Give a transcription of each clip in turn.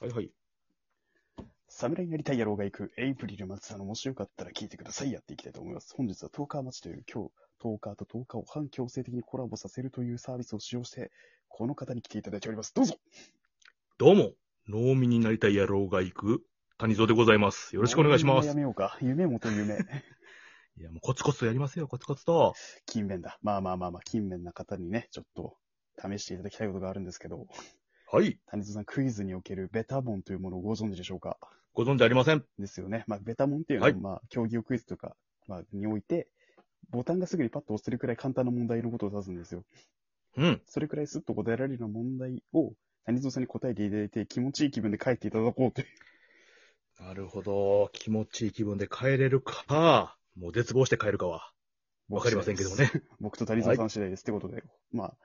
はいはい。侍になりたい野郎が行くエイプリル松田のもしよかったら聞いてくださいやっていきたいと思います。本日はトーカー待ちという今日、トーカーとトーカーを反強制的にコラボさせるというサービスを使用して、この方に来ていただいております。どうぞよどうも、農民になりたい野郎が行く谷蔵でございます。よろしくお願いしまやす。めようか。夢もと夢。いや、もうコツコツとやりますよ、コツコツと。勤勉だ。まあまあまあまあ、勤勉な方にね、ちょっと試していただきたいことがあるんですけど、はい。谷津さん、クイズにおけるベタボンというものをご存知でしょうかご存知ありません。ですよね。まあ、ベタモンっていうのは、はいまあ、競技用クイズとか、まあ、において、ボタンがすぐにパッと押せるくらい簡単な問題のことを指すんですよ。うん。それくらいスッと答えられるような問題を、谷蔵さんに答えていただいて、気持ちいい気分で帰っていただこうという。なるほど。気持ちいい気分で帰れるか、もう絶望して帰るかは、わかりませんけどもね。僕と谷蔵さん次第です。ってことで、まあ、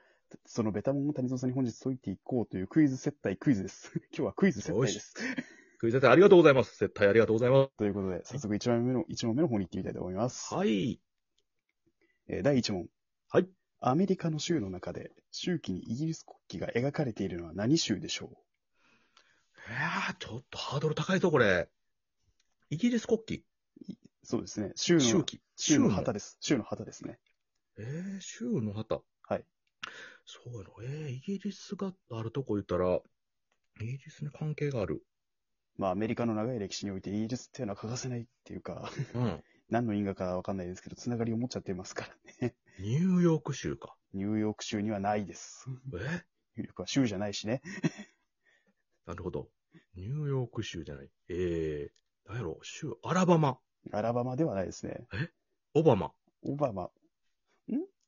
そのベタモンを谷蔵さんに本日解いていこうというクイズ接待クイズです。今日はクイズ接待です。クイズ先生ありがとうございます。絶対ありがとうございまということで、早速1問目の、一問目の方に行ってみたいと思います。す。はい。えー第1問。はい。アメリカの州の中で、州旗にイギリス国旗が描かれているのは何州でしょういやー、ちょっとハードル高いぞ、これ。イギリス国旗、そうですね。州州の、旗、州州のの旗です。州の旗ですね。えー、州の旗。はい。そうやろ。えー、イギリスがあるとこ言ったら、イギリスに関係がある。 まあ、アメリカの長い歴史においてイギリスっていうのは欠かせないっていうか、うん。何の因果かわかんないですけど、つながりを持っちゃってますからね。 ニューヨーク州か。ニューヨーク州にはないです。えニューヨークは州じゃないしね。なるほど。ニューヨーク州じゃない。えー、なんやろ、州、アラバマ、アラバマではないですね。オバマ。オバマ。ん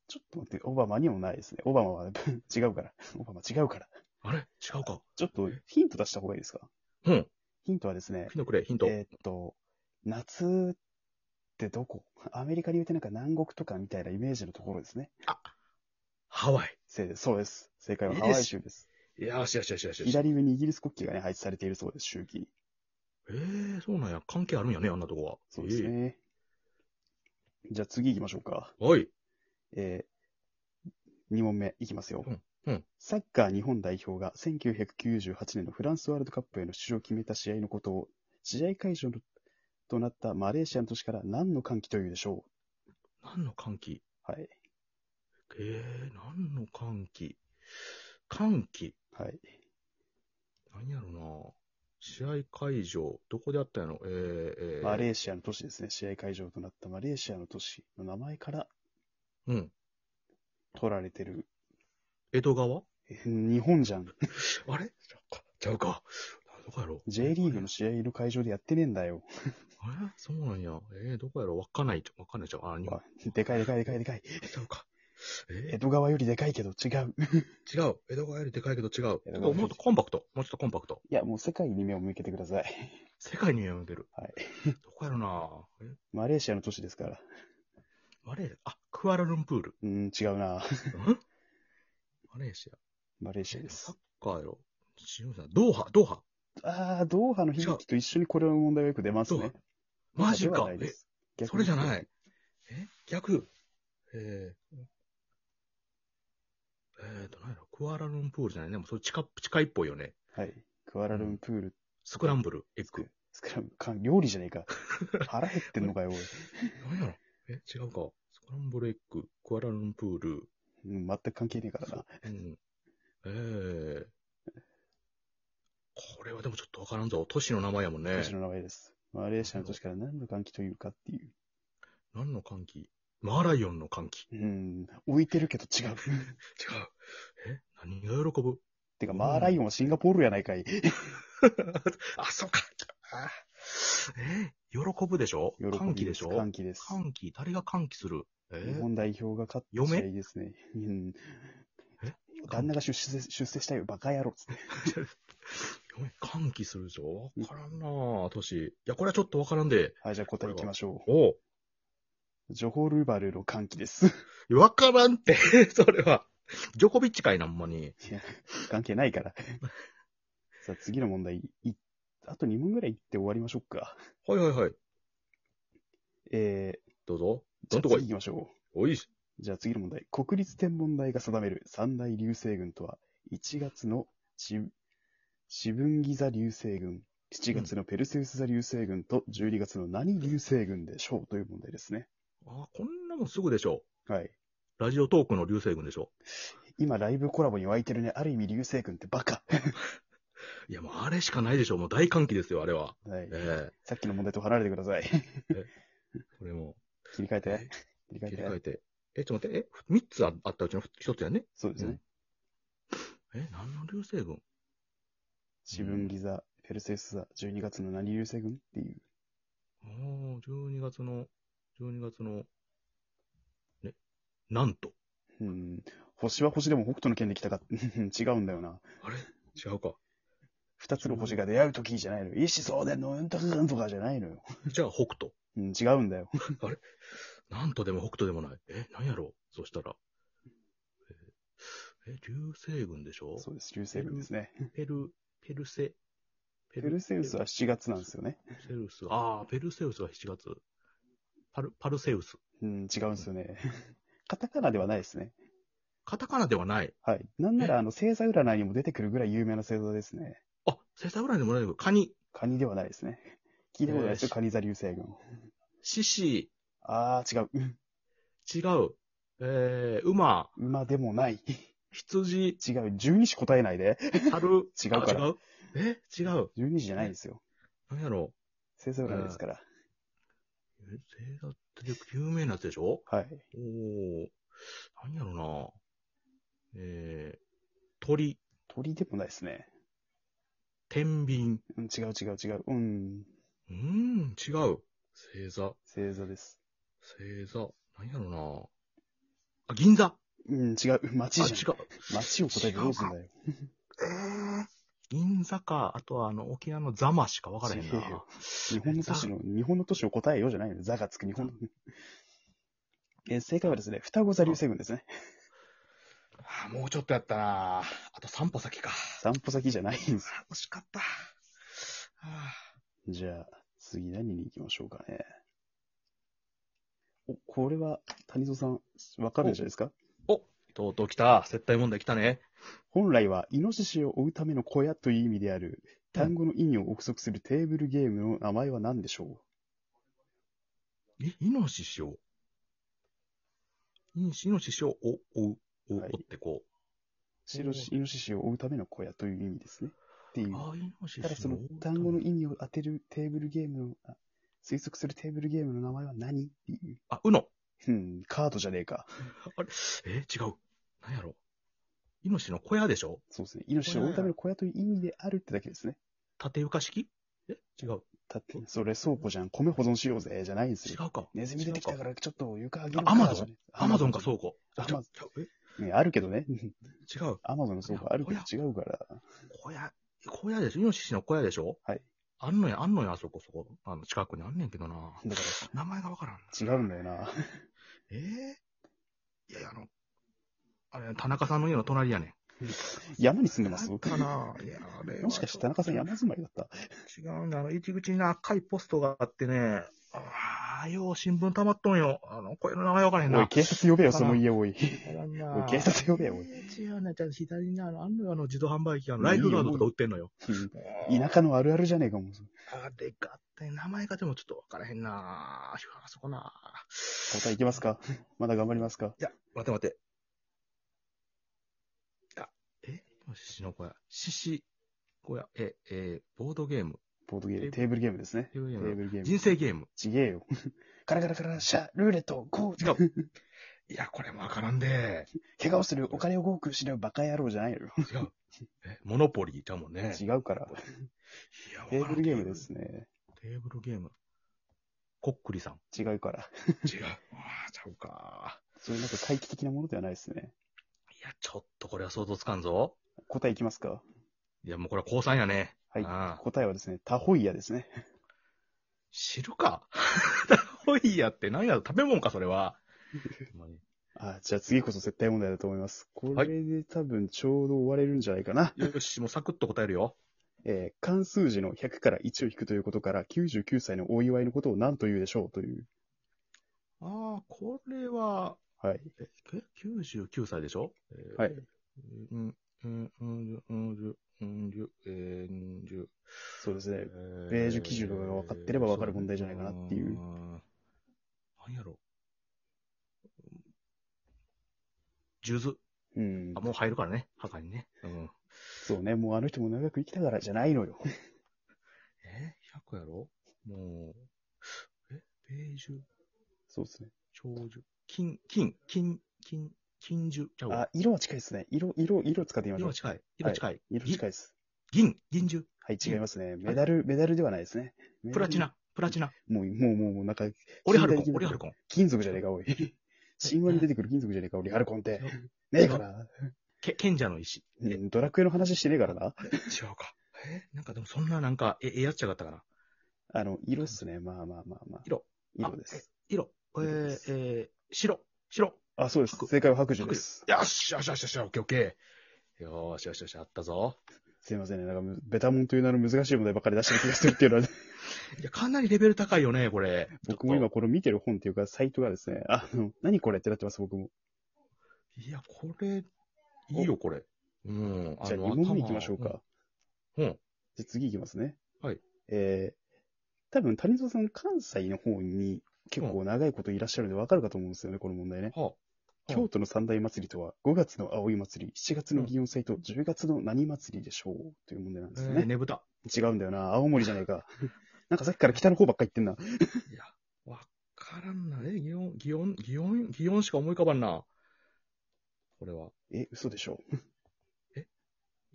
ちょっと待って、オバマにもないですね。オバマは 違うから。オバマ違うから。あれ違うか。ちょっとヒント出した方がいいですかうん。ヒントはですね、ヒントくれ、ヒント。えーっと、夏ってどこアメリカに言うてなんか南国とかみたいなイメージのところですね。ハワイ。せいそうです。正解はいいハですワイ州です。よしよしよしよしよし。左上にイギリス国旗がね、配置されているそうです、州旗に。えー、そうなんや。関係あるんやね、あんなとこは。そうですね。じゃあ次行きましょうか。えー。はい。え2問目いきますよ。うんうんサッカー日本代表が1998年のフランスワールドカップへの出場を決めた試合のことを、試合会場のとなったマレーシアの都市から何の歓喜というでしょ何の歓喜うはい。えー、何の歓喜歓喜はい。何やろな試合会場、どこであったんやろえー、えー、マレーシアの都市ですね。試合会場となったマレーシアの都市の名前からうん。取られてる。江戸川え日本じゃん。あれちゃうか。ちゃうか。どこやろ J リーグの試合の会場でやってねえんだよ。えーそうなんや。えー、どこやろわかんない。わかんないじゃん。あ、日本あ。でかいでかいでかいでかい。ちゃうか。江え戸川よりでかいけど違う。ー、違う。江戸川よりでかいけど違う。江戸川よりなんかもっとコンパクト。もうちょっとコンパクト。いや、もう世界に目を向けてください。 世界に目を向ける。はい。どこやろなえマレーシアの都市ですから。マレー、あ、クアラルンプール。うーん、違うな。 んマレーシア。マレーシアえでサッ。すカーよ。違うなドーハ、ドーハ。あー、ドーハの悲劇と一緒にこれの問題がよく出ますね。マジドーハかでは。ないでえ、す逆にそれじゃない。え逆。えー、えーと、何やろ、クアラルンプールじゃないでもそれ近っ近いっぽいよね。はい。クアラルンプール、スクランブル、エッスグク。スクラム、か料理じゃね えか。腹減ってんのかよ、おい。何やろえ、違うか。スクランブルエッグ、クアラルンプール。うん、全く関係ねえからな。うん。えー。これはでもちょっとわからんぞ。都市の名前やもんね都。市の名前です。マレーシアの都市から何の換気というかっていう。何の歓喜マーライオンの歓喜。うん、浮いてるけど 違う。違う。え何が喜ぶてか、マーライオンはシンガポールやないかい。 あ、そうか。あえー喜ぶでしょ喜び歓喜でしょ歓喜です。歓喜、誰が歓喜するえ日ー本代表が勝った嫁試合ですね。うんえ。旦那が出世出世したよ、バカ野郎っつって。嫁歓喜するでしょわからんなぁ、年。いや、これはちょっとわからんで。はい、じゃあ答えいきましょおうう。ジョホルバルの歓喜です。 いやわからんって、 それは。ジョコビッチかいな、ほんまに。関係ないから。さあ、次の問題、いあと2問ぐらいいって終わりましょうか。はいはいはい。えどうぞ。ー、じゃどんとあこい次行きましょおいし。う。じゃあ次の問題。国立天文台が定める三大流星群とは、1月のち四分ギ座流星群、7月のペルセウス座流星群と12月の何流星群でしょうという問題ですね。あ、こんなもんすぐでしょはい。う。ラジオトークの流星群でしょ今、ライブコラボに湧いてるね、ある意味流星群ってバ カ。う。いや、もうあれしかないでしょう。もう大歓喜ですよ、あれは。はい。えさっきの問題と離れてく ださい。えこれも。切り替えてえ。切り替え切てり。替えて。え、ちょっと待って、え、三つああったうちの一つやね。そうですね。え、何の流星群四分ギ座、ペルセウス座、12月の何流星群っていう。ああ、12月の、12月の、ね、なんと。うん。星は星でも北斗の剣で来たか、違うんだよな。あれ違うか。二つの星が出会う時じゃないのよ。一子相伝のうんとかなんとかじゃないのよ。じゃあ北斗。うん、違うんだよ。なんとでも北斗でもない。え、なんやろうそしたら。えー、え流星群でしょそうです、流星群ですね。ペル、ペルセ。ペペルセウスは7月なんですよね。ペルセウス。ああ、ペルセウスは7月。パル、パルセウス。うん、違うんですよ ね。カタカナではないですね。カタカナではない。はい。なんなら、あの、星座占いにも出てくるぐらい有名な星座ですね。あ、星座占いでもないけど、カニ、カニではないで すね。聞いたことないですよ、カニ座流星群。獅子、あー、違う。違う。えー、馬、馬でもない。 羊、違う。十二子答えないで。猿。違うからあ違うえ違う。十二子じゃないですよ。なんやろ星座占いですから。う星座って有名なやつでしょはい。おおー、なんやろな。えー、鳥、鳥でもないですね。天秤。うん、違う違う違う。うん。うーん、違う。星座、星座です。星座。なんやろな。あ、銀座。あ、うん、違う。違街う。じゃん。街を答えてどうすんだよ。えー、銀座か。あとは、あの、沖縄のザマしか分からへん違うなよ。日本の都市の、日本の都市を答えようじゃないの。座がつく 日本の。えー正解はですね、双子座流星群ですね。あーもうちょっとやったな。あと3歩先か。散歩先じゃないんです。あ惜しかった。あじゃあ、次何に行きましょうかね。お、これは、谷蔵さん、わかるんじゃないですかーとうとう来た。接待問題来たね。本来は、イノシシを追うための小屋という意味である、単語の意味を憶測するテーブルゲームの名前は何でしょうえ、イノシシを。イノシイノシシを、お、おう、お、はいおってこ。シロシイノシシを追うための小屋という意味ですね。っていうう。ああ、イノシシただそのを追うため単語の意味を当てるテーブルゲームの、あ推測するテーブルゲームの名前は何っていう。あ、うの。うん、カードじゃねえか。あれえー違う。なんやろ。イノシシの小屋でしょそうですね。イノシシを追うための小屋という意味であるってだけですね。縦床式え違う。だって、それ倉庫じゃん。米保存しようぜ、じゃないんです違よ。うか。ネズミ出てきた違うか、からちょっと床上げるあアマゾンじゃねアマゾンか倉庫。アマゾン。ね、あるけどね。え違う。アマゾンの倉庫あるけど違うから。小屋、小屋でしょイノシシの小屋でしょはい。あんのや、あんのや、あそこそこ。あの、近くにあんねんけどな。だか名前がわからん。ら、違うんだよな。ええいやいや、あの、あれ、田中さんの家の隣やねん。山に住んでますなんかないや、あれはもしかして田中さんちょっ山住まいだったと違うんだ。あの、入り口にな赤いポストがあってね、ああ、よう新聞溜まっとんよ。あの、これの名前わからへんな。おい、警察呼べよ、その家、おい。おおい警察呼べよおい違うね。じゃあ左にあの、あんのよ、あの、自動販売機、あの、ライフガードとか売ってんのよ。田舎のあるあるじゃねえかも。あれがあって、名前がでもちょっとわからへんな。あそこな。答えいきますかまだ頑張りますかいや、待って待って。あ、え獅子の小屋。獅子小屋。え、えーボードゲーム。ボードゲーム、テーブルゲームですね。テーブルゲテーームブルゲーム。人生ゲーム。ちげえよ。カラカラカラ、シャ、ルーレット、ゴ違ー、う。いや、これもわからんで。怪我をする、お金を多く失うバカ野郎じゃないのよ。違う。え、モノポリーだもんね。違うから。いやわからテんーブルゲームで。すね。テーブルゲーム。こっくりさん。違うから。違う。ああ、ちゃうか。そういうなんか回帰的なものではないですね。いや、ちょっとこれは想像つかんぞ。答えいきますかいや、もうこれは高3やね。はいああ答えはですね、タホイヤですね。知るか。 タホイヤって何や、食べ物か、それ は。ほんまにあ、じゃあ次こそ絶対問題だと思います。こはれで多分ちょうど終われるんじゃないかな。よし、もうサクッと答えるよ。えー関数字の100から1を引くということから、99歳のお祝いのことを何と言うでしょうという。ああ、これは、はい。え、え99歳でしょ、えーはい。うん、うん、うん、うん、うん、うん、うん、そうですね。ベージュ基準が分かってれば分かる問題じゃないかなっていう。ん何やろ数珠。うんあ、。もう入るからね、墓にね。うん。そうね。もうあの人も長く生きたからじゃないのよ。え ?100 やろもう、えベージュ、そうですね。長寿、金、金、金、金、金樹ちゃうわあ、色は近いですね。色、色、色使ってみましょ色う。近い。色近い。色近いです。銀、銀樹、はい、違いますね。メダル、メダルではないですね。メダルプラチ。ナ、プラチナ、もう、もう、もう、もう、なんか、オリハルコ近代的ン、なオリハルコン。金属じゃねえか、おい。神話に出てくる金属じゃねえか、オリハルコンって。ねえから。け賢者の石。えうんドラクエの話してねえからな。違うか。えなんかでもそんななんか、え、ええやっちゃかったかな。あの、色っすね。まあまあまあまあ。色。色です。色。え色でー、すえー、白、白。あ、そうです。白正解は白樹です。よしよしよしよし、オッケーオッケー。よーしよしよし、あったぞ。すいませんね。なんかむ、ベタモンという名の難しい問題ばっかり出してる気がするっていう のは、いや、かなりレベル高いよね、これ。僕もちょ今っこれ見てる本っていうか、サイトがですね、あの、何これってなってます、僕も。と。いや、これ、いいよ、これ。うん。じゃあ2問目行きましょうか。。頭うん。じゃあ次行きますね。はい。えー、多分谷蔵さん関西の方に結構長いこといらっしゃるんでわかるかと思うんですよね、この問題ね。はあ京都の三大祭りとは、5月の葵祭り、7月の祇園祭と10月の何祭りでしょうという問題なんえですよー、ね。ねぶた。違うんだよな。青森じゃねえか。 なんかさっきから北の方ばっか言ってんな。いや、わからんな。え、祇園、祇園、祇園、祇園しか思い浮かばんな。これは、え、嘘でしょ。祇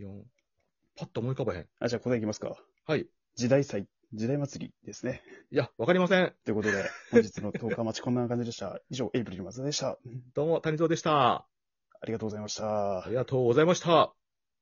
園。パッと思い浮かばへん。あ、じゃあ答えいきますか。はい。時代祭、時代祭りですね。いや、わかりません。ということで、本日の10日待ちこんな感じでした。以上、エイプリル松田でした。どうも、谷蔵でした。ありがとうございましたあ。りがとうございました。